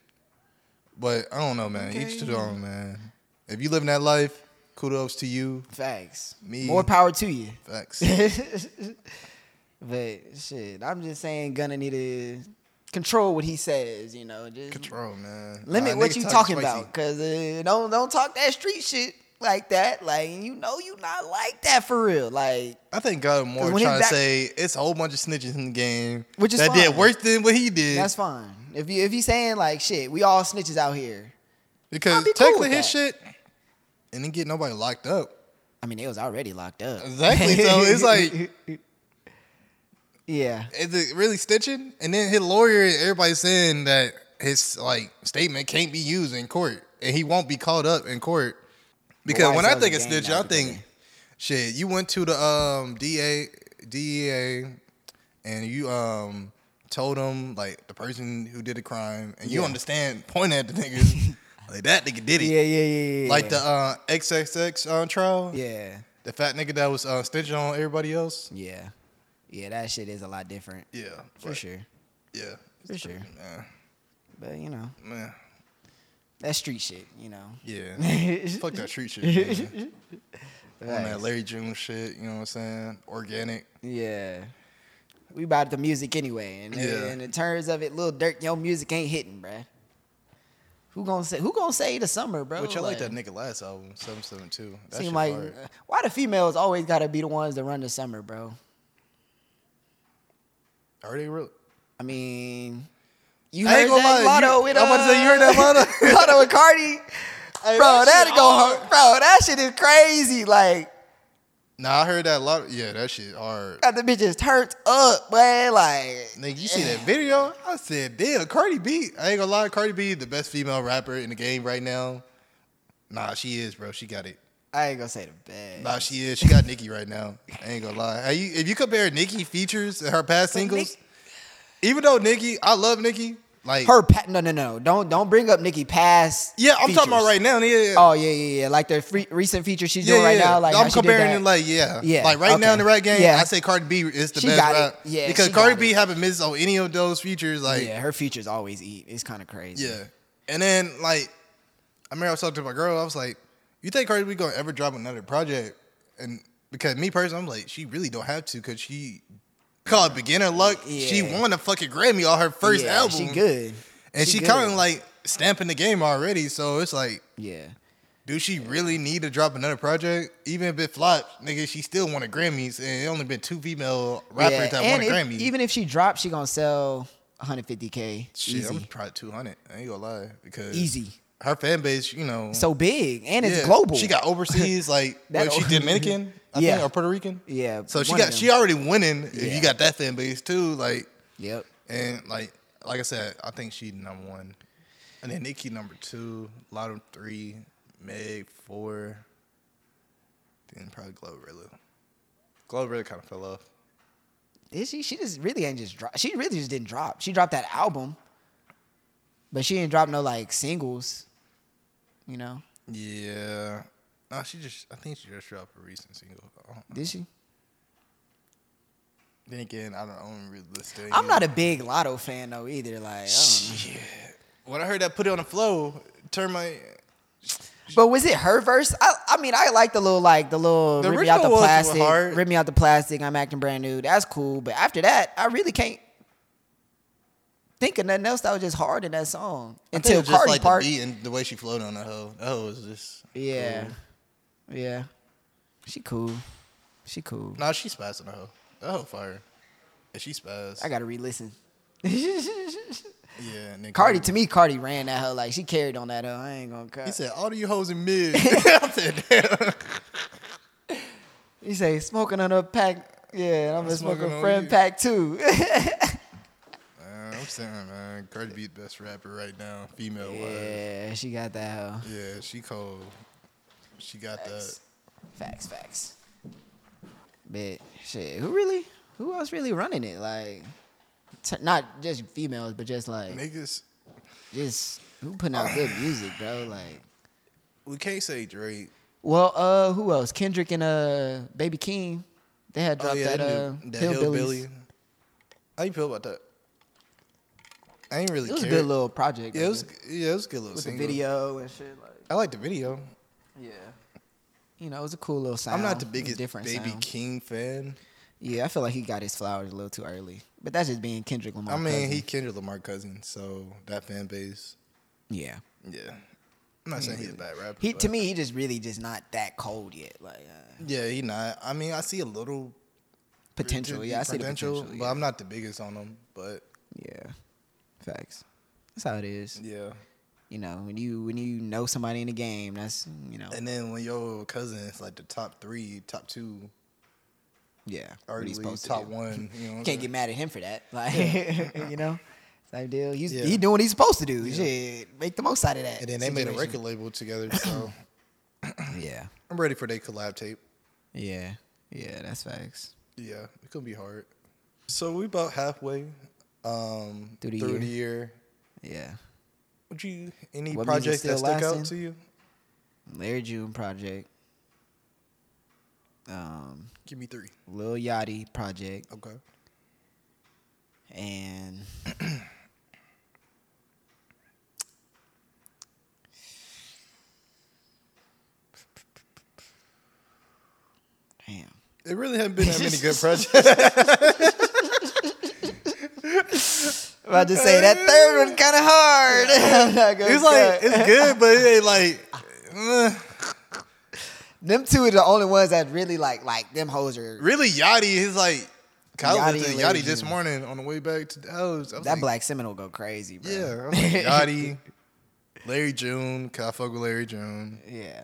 But I don't know, man. Each to their own, man. If you living that life, kudos to you.
Facts.
Me.
More power to you.
Facts.
But shit, I'm just saying, gonna need to control what he says. You know, just
Control, man.
limit
Nah,
what
niggas
you
talk
talking
spicy.
about. Cause uh, don't don't talk that street shit like that. Like you know, you not like that for real. Like
I think God more
'Cause when he
trying
back-
to say it's a whole bunch of snitches in the game
Which is
that
fine.
did worse than what he did.
that's fine. If you if he's saying like shit, we all snitches out here. I'll
because
be cool
technically
with
his
that.
shit and then get nobody locked up.
I mean, they was already locked up.
Exactly. So it's like
yeah,
is it really stitching? And then his lawyer, everybody's saying that his like statement can't be used in court, and he won't be called up in court. Because
why
when
is
I
that
think
the
of
game
snitching, I
not the
think
game?
shit. You went to the um DA DEA, E and you um told him like the person who did the crime, and you
Yeah.
understand pointing at the niggas like that nigga did it.
yeah, yeah, yeah, yeah.
Like the uh, XXX uh, trial,
yeah,
the fat nigga that was uh, snitching on everybody else.
yeah, yeah. That shit is a lot different
Yeah,
for
but-
sure.
Yeah,
For sure.
man,
But you know,
man.
that's street shit. You know.
Yeah. Fuck that street shit. Man. On that
Facts.
Larry June shit, you know what I'm saying? Organic.
Yeah. We about the music anyway, and,
Yeah.
and in terms of it, Lil Durk, your music ain't hitting, bruh. Who gonna say? Who gonna say the summer, bro?
Which I like that Nigga Last album, 772. That
Seem
shit
like
hard.
why the females always gotta be the ones that run the summer, bro.
Are they real?
I mean, you
I
heard
ain't gonna
that
lie, you-
Lotto with uh,
I'm about to say, you heard that Lotto?
Lotto with Cardi,
Hey,
bro.
that shit
That go hard, bro. That shit is crazy. Like
Nah, I heard that a lot. Yeah, that shit hard.
got the bitches turned up, man. Like
Nigga, you see that video? I said, damn, Cardi B. I ain't gonna lie, Cardi B, the best female rapper in the game right now. Nah, she is, bro. She got it.
I ain't gonna say the bad.
Nah, she is. She got Nicki right now. I ain't gonna lie. Are you- if you compare Nicki features and her past singles,
Nick-
even though Nicki, I love Nicki. Like
Her pat no no no don't don't bring up Nikki past.
Yeah, I'm talking
features.
about right now. Yeah, yeah.
Oh yeah yeah yeah like the free, recent feature she's doing right now like how
I'm
she did
comparing
that.
it like yeah,
Yeah,
Like right now in the
okay.
rap game,
Yeah.
I say Cardi B is the
She
best
got it.
rap.
Yeah,
because
she
Cardi
got
B
it.
haven't missed on any of those features. Like
yeah
yeah,
her features always eat it's kind of crazy
and then like I remember I was talking to my girl. I was like, "You think Cardi B gonna ever drop another project?" And because me personally, I'm like, she really don't have to because she call it beginner luck. She
Yeah.
won a fucking Grammy on her first
yeah,
album.
She good.
And she,
good.
kind of like stamping the game already. So it's like,
yeah.
do she really need to drop another project? Even if it flops, nigga, she still won a Grammys, and it only been two female rappers
yeah.
that
and
won a
if-
Grammy.
even if she drops, she gonna sell 150k
Shit,
easy,
I'm probably 200. I ain't gonna lie because
easy.
her fan base, you know,
So big, and it's
yeah,
global.
She got overseas, like
That
what, she
o-
Dominican, I
Yeah.
think, or Puerto Rican.
yeah.
So she
one of
got
them.
she already winning. If
Yeah.
you got that fan base too, like
Yep.
and like like I said, I think she number one, and then Nicki number two, Lotto three, Meg four, then probably Glorilla. Glorilla kind of fell off.
Did she? She just really ain't just drop. She really just didn't drop. She dropped that album, but she didn't drop no like singles. You know?
Yeah. Nah, she just. I think she just dropped a recent single. I don't-
Did she?
Then again, I don't own really listen.
I'm not a big Lotto fan though either. Like, I don't know.
Shit. When I heard that, put it on the flow. Turn my.
but was it her verse? I, I mean, I like the little like the little
The
rip me out the
original ones were
plastic,
hard.
rip me out the plastic. I'm acting brand new. That's cool. But after that, I really can't think of nothing else that was just hard in that song
I think it
until
was just
Cardi
like
part.
the beat and the way she flowed on that hoe. That hoe was just.
Yeah,
cool.
yeah. She cool. She cool.
Nah, she spazzing the hoe. That hoe fire. Yeah, she spaz.
I gotta re-listen.
yeah, and then
Cardi, to me, Cardi ran that hoe like she carried on that hoe. I ain't gonna cut.
He said, all of you hoes in mid. I said, damn.
He say smoking on a pack. Yeah, and I'm gonna smoke
Smoking
a
on
friend
you.
pack too.
Man, I'm saying, man, Cardi B the best rapper right now, female wise.
yeah, she got that hoe.
Yeah, she cold. She got that.
Facts. Facts, facts. But shit, who really? Who else really running it? Like, t- not just females, but just like
Niggas,
just who putting out good music, bro? Like,
we can't say Drake.
well, uh, who else? Kendrick and uh, Baby King. They had dropped that,
they
uh,
do- Oh, that
Hillbillies.
hillbilly. How you feel about that? I ain't really.
It was a
care.
good little project.
Yeah,
I
it was.
guess,
Yeah, it was a good little
with the
single.
video and shit. Like,
I like the video.
yeah. You know, it was a cool little sound.
I'm not the
a
biggest
different
Baby
sound.
King fan.
Yeah, I feel like he got his flowers a little too early. But that's just being Kendrick Lamar.
I mean,
cousin.
he Kendrick Lamar cousin, so that fan base.
yeah.
Yeah, I'm not saying he's a bad rapper.
He to
but-
me, he just really just not that cold yet. Like uh,
Yeah, he not. I mean, I see a little
potential. Yeah, I see the potential.
but
Yeah.
I'm not the biggest on him. But
yeah, facts. That's how it is.
yeah.
You know, when you when you know somebody in the game, that's you know,
And then when your cousin is like the top three, top two,
yeah. what
already
he's supposed to
top
do.
one. You know, what I'm
Can't
saying?
get mad at him for that. Like you know, type deal. He's
Yeah.
he doing what he's supposed to do. Shit, make the most out of that.
And then they made a
situation.
record label together, so
Yeah,
I'm ready for their collab tape.
yeah, yeah. That's facts.
Yeah, it could be hard. So we about halfway um,
Through the year. Yeah,
Would you any
What music
projects
still
that stuck out
lasting?
to you?
Larry June project. Um,
Give me three.
Lil Yachty project.
Okay.
and damn,
It really haven't been that many good projects.
about to say that third one kind of hard. I'm not gonna
it's
cut.
like it's good, but it ain't like. uh,
them two are the only ones that really like like them hoes are
really, Yachty is like. Kyle
Yachty
Yachty,
and Larry
Yachty this
June.
morning on the way back to the house. I was
that
like,
black Seminole go crazy, bro.
Yeah, I was like, Yachty, Larry June. Cause I fuck with Larry June,
yeah.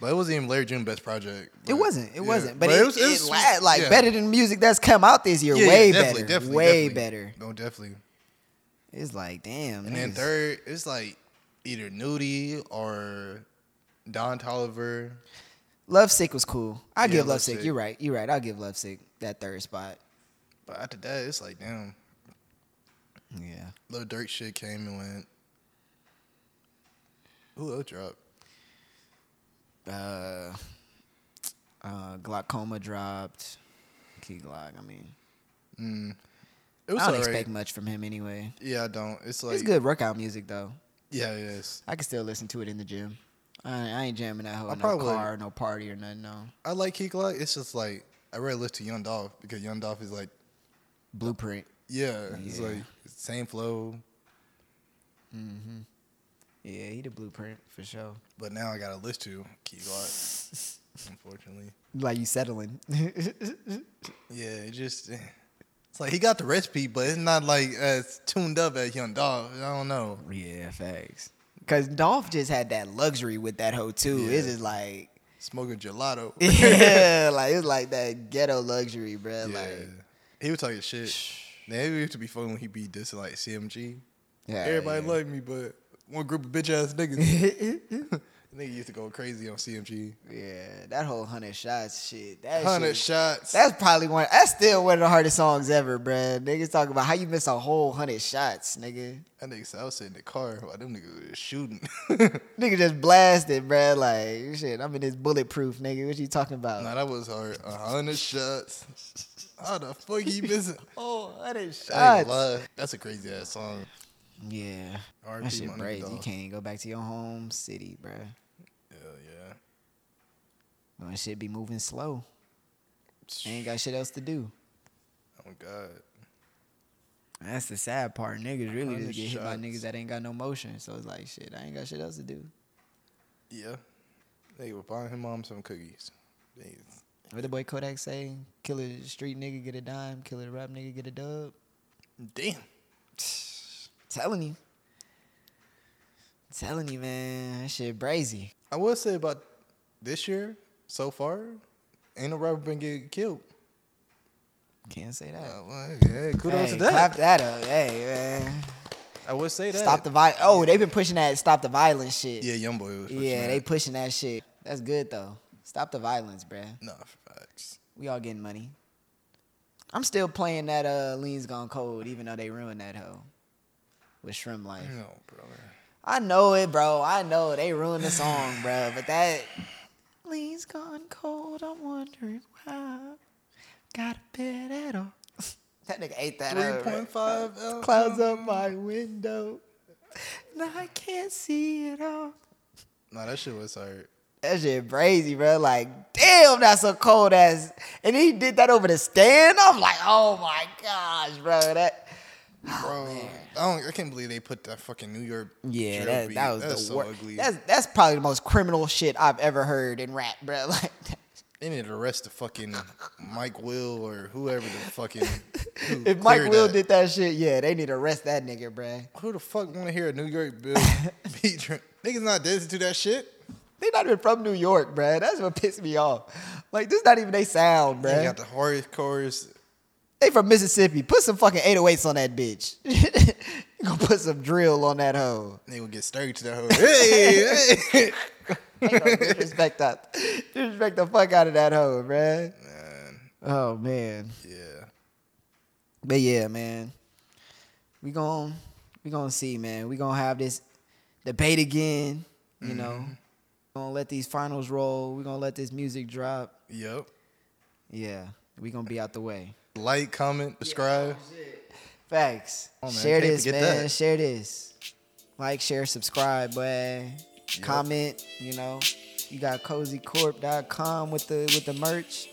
but it wasn't even Larry June best project.
It
Like,
wasn't. It
yeah.
wasn't. But, it, it, la- like
yeah.
better than music that's come out this year.
Yeah, yeah,
way
definitely,
better.
definitely,
way
definitely.
better.
No, definitely.
It's like damn.
And then
niggas.
third, it's like either Nudie or Don Tolliver.
Lovesick was cool. I
Yeah,
give Lovesick.
Lovesick.
You're right. You're right. I'll give Lovesick that third spot.
But after that, it's like damn,
Yeah.
little Dirk shit came and went. Who else dropped?
Uh, uh, glaucoma dropped. Key Glock. I mean,
Mm. It was
I don't
alright.
expect much from him anyway.
Yeah, I don't. It's like
it's good workout music though.
Yeah, it is.
I can still listen to it in the gym. I, I ain't jamming that whole
I
no
probably-
car, no party or nothing. No.
I like Key Glock. It's just like I rather listen to Young Dolph because Young Dolph is like
blueprint.
Yeah, it's
Yeah.
like same flow,
Yeah, he the blueprint for sure.
but now I got a list to keep lot. unfortunately,
Like you settling.
yeah, it just eh. it's like he got the recipe, but it's not like as tuned up as Young Dog. I don't know.
yeah, facts. Cause Dolph just had that luxury with that hoe too. It's
Yeah.
just like
Smoking gelato.
yeah, like it's like that ghetto luxury, bruh. Like
he was talking shit. Man, it used to be fun when he be dissing like CMG.
yeah,
Everybody
yeah.
like me, but one group of bitch ass niggas. Nigga used to go crazy on CMG.
yeah, that whole hundred shots shit. That
Hundred
shit,
shots.
That's probably one. That's still one of the hardest songs ever, bruh. Niggas talk about how you miss a whole hundred shots, nigga.
That nigga said I was sitting in the car while them niggas was shooting.
Nigga just blasted, bruh. Like shit, I'm in this bulletproof, nigga. What you talking about?
nah, that was hard. A hundred shots. How the fuck you missing?
Oh, hundred
I
shots.
ain't lie. That's a crazy ass song.
yeah,
R.I.P.
that shit
Money
brave. You
Dawg.
can't even go back to your home city, bruh.
Yeah, yeah.
When shit be moving slow, ain't got shit else to do.
Oh god.
That's the sad part. Niggas really just get hit by
Undershots.
niggas that ain't got no motion. So it's like shit. I ain't got shit else to do.
Yeah. They were buying his mom some cookies. They-
What the boy Kodak say? Kill a street nigga, get a dime. Kill a rap nigga, get a dub.
Damn.
Telling you. Telling you, man. That shit brazy.
I will say about this year so far, ain't no rapper been getting killed.
Can't say that.
Uh, well, yeah, kudos
Hey,
to that.
Clap that up. Hey, man.
I would say that.
Stop the violence. Oh, they've been pushing that stop the violence shit.
Yeah, young boy was. pushing
yeah, they
that.
pushing that shit. That's good, though. Stop the violence, bruh.
Nah, facts.
We all getting money. I'm still playing that uh Lean's Gone Cold, even though they ruined that hoe with Shrimp Life.
No, brother.
I know it, bro. I know they ruined the song, bro. But that Lean's Gone Cold, I'm wondering why. Got a bed at all. that nigga ate that up.
Three point five.
uh, Clouds up my window. Now I can't see it all.
Nah, that shit was hard.
That shit crazy, bro. Like, damn, that's a cold ass. And he did that over the stand. I'm like, oh my gosh, bro. That Ah,
Bro, I don't. I can't believe they put that fucking New York.
yeah,
drill
that,
beat.
that was
That's
the
so
worst.
ugly.
That's that's probably the most criminal shit I've ever heard in rap, bro. Like,
They need to arrest the fucking Mike Will or whoever the fucking. who
if Mike
cleared
Will
Mm, that.
did that shit, yeah, they need to arrest that nigga, bro.
who the fuck want to hear a New York bill beat? dr- Niggas not dancing to that shit.
They not even from New York, bro. That's what pissed me off. Like, this not even they sound, bro.
They got the hardest chorus.
They from Mississippi. Put some fucking 808s on that bitch. you gonna put some drill on that hoe.
They will get sturdy to that hoe. Hey, hey.
Ain't no disrespect that. Disrespect the fuck out of that hoe, man.
Man,
Oh man.
yeah.
But yeah, man. We gon' we gonna see, man. We gonna have this debate again. You know. We gonna let these finals roll. We gonna let this music drop.
Yep.
Yeah. We gonna be out the way.
Like, comment, subscribe.
Facts.
Oh, man,
share
can't
this, man.
forget that.
Share this. Like, share, subscribe, boy. Comment, you know. You got cozycorp.com with the with the merch.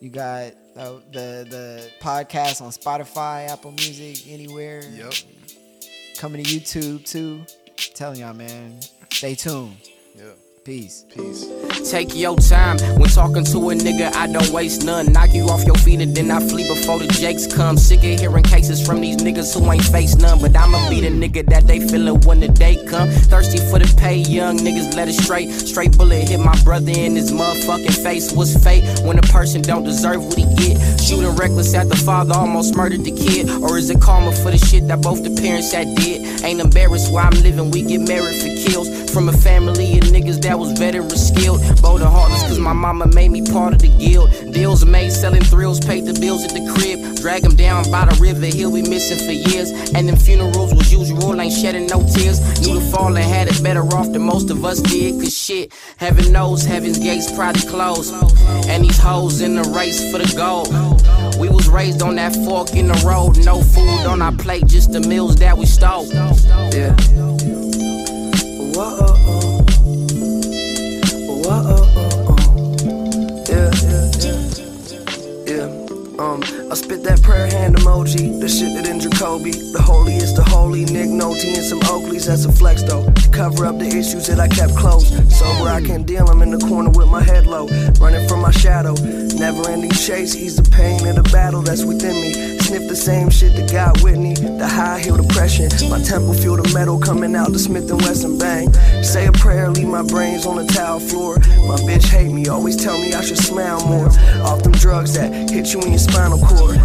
You got uh, the the podcast on Spotify, Apple Music, anywhere.
Yep.
Coming to YouTube too. Telling y'all, man. Stay tuned.
Yep.
Peace.
Peace.
Take your time when talking to a nigga. I don't waste none. Knock you off your feet and then I flee before the jakes come. Sick of hearing cases from these niggas who ain't faced none. But I'ma be the nigga that they feeling when the day come. Thirsty for the pay, young niggas let it straight. Straight bullet hit my brother in his motherfucking face. What's fate when a person don't deserve what he get? Shooting reckless at the father, almost murdered the kid. Or is it karma for the shit that both the parents had did? Ain't embarrassed where I'm living. We get married for kills from a family of niggas that was veteran skilled. Bold and heartless, cause my mama made me part of the guild. Deals made, selling thrills, paid the bills at the crib. Drag him down by the river, he'll be missing for years. And them funerals was usual, ain't shedding no tears. Knew the fall and had it better off than most of us did. Cause shit, heaven knows heaven's gates probably closed. And these hoes in the race for the gold. We was raised on that fork in the road. No food on our plate, just the meals that we stole. Yeah. Whoa. Whoa. Yeah, yeah, yeah. Yeah. Um,
I spit that prayer hand emoji, the shit that in Jacoby. The holy is the holy, Nick Nolte and some Oakleys, that's a flex though. To cover up the issues that I kept close. Sober, I can't deal, I'm in the corner with my head low. Running from my shadow, never ending chase, ease the pain of the battle that's within me. Sniff the same shit that got Whitney, the high heel depression. My temple feel the metal coming out the Smith and Wesson bang. Say a prayer, leave my brains on the tile floor. My bitch hate me, always tell me I should smile more. Off them drugs that hit you in your spinal cord.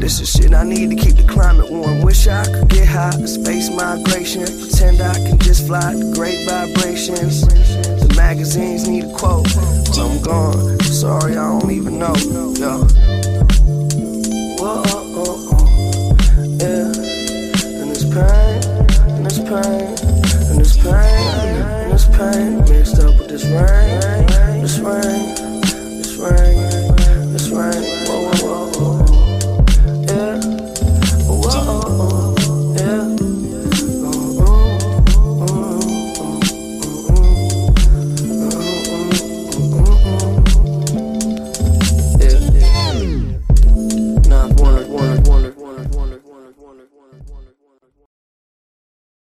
This is shit I need to keep the climate warm. Wish I could get high, space migration. Pretend I can just fly the great vibrations. The magazines need a quote. Well, I'm gone. Sorry, I don't even know. Yo. Whoa, oh, oh, oh. yeah. And it's pain, and it's pain, and it's pain, and it's pain. Mixed up with this rain, this rain.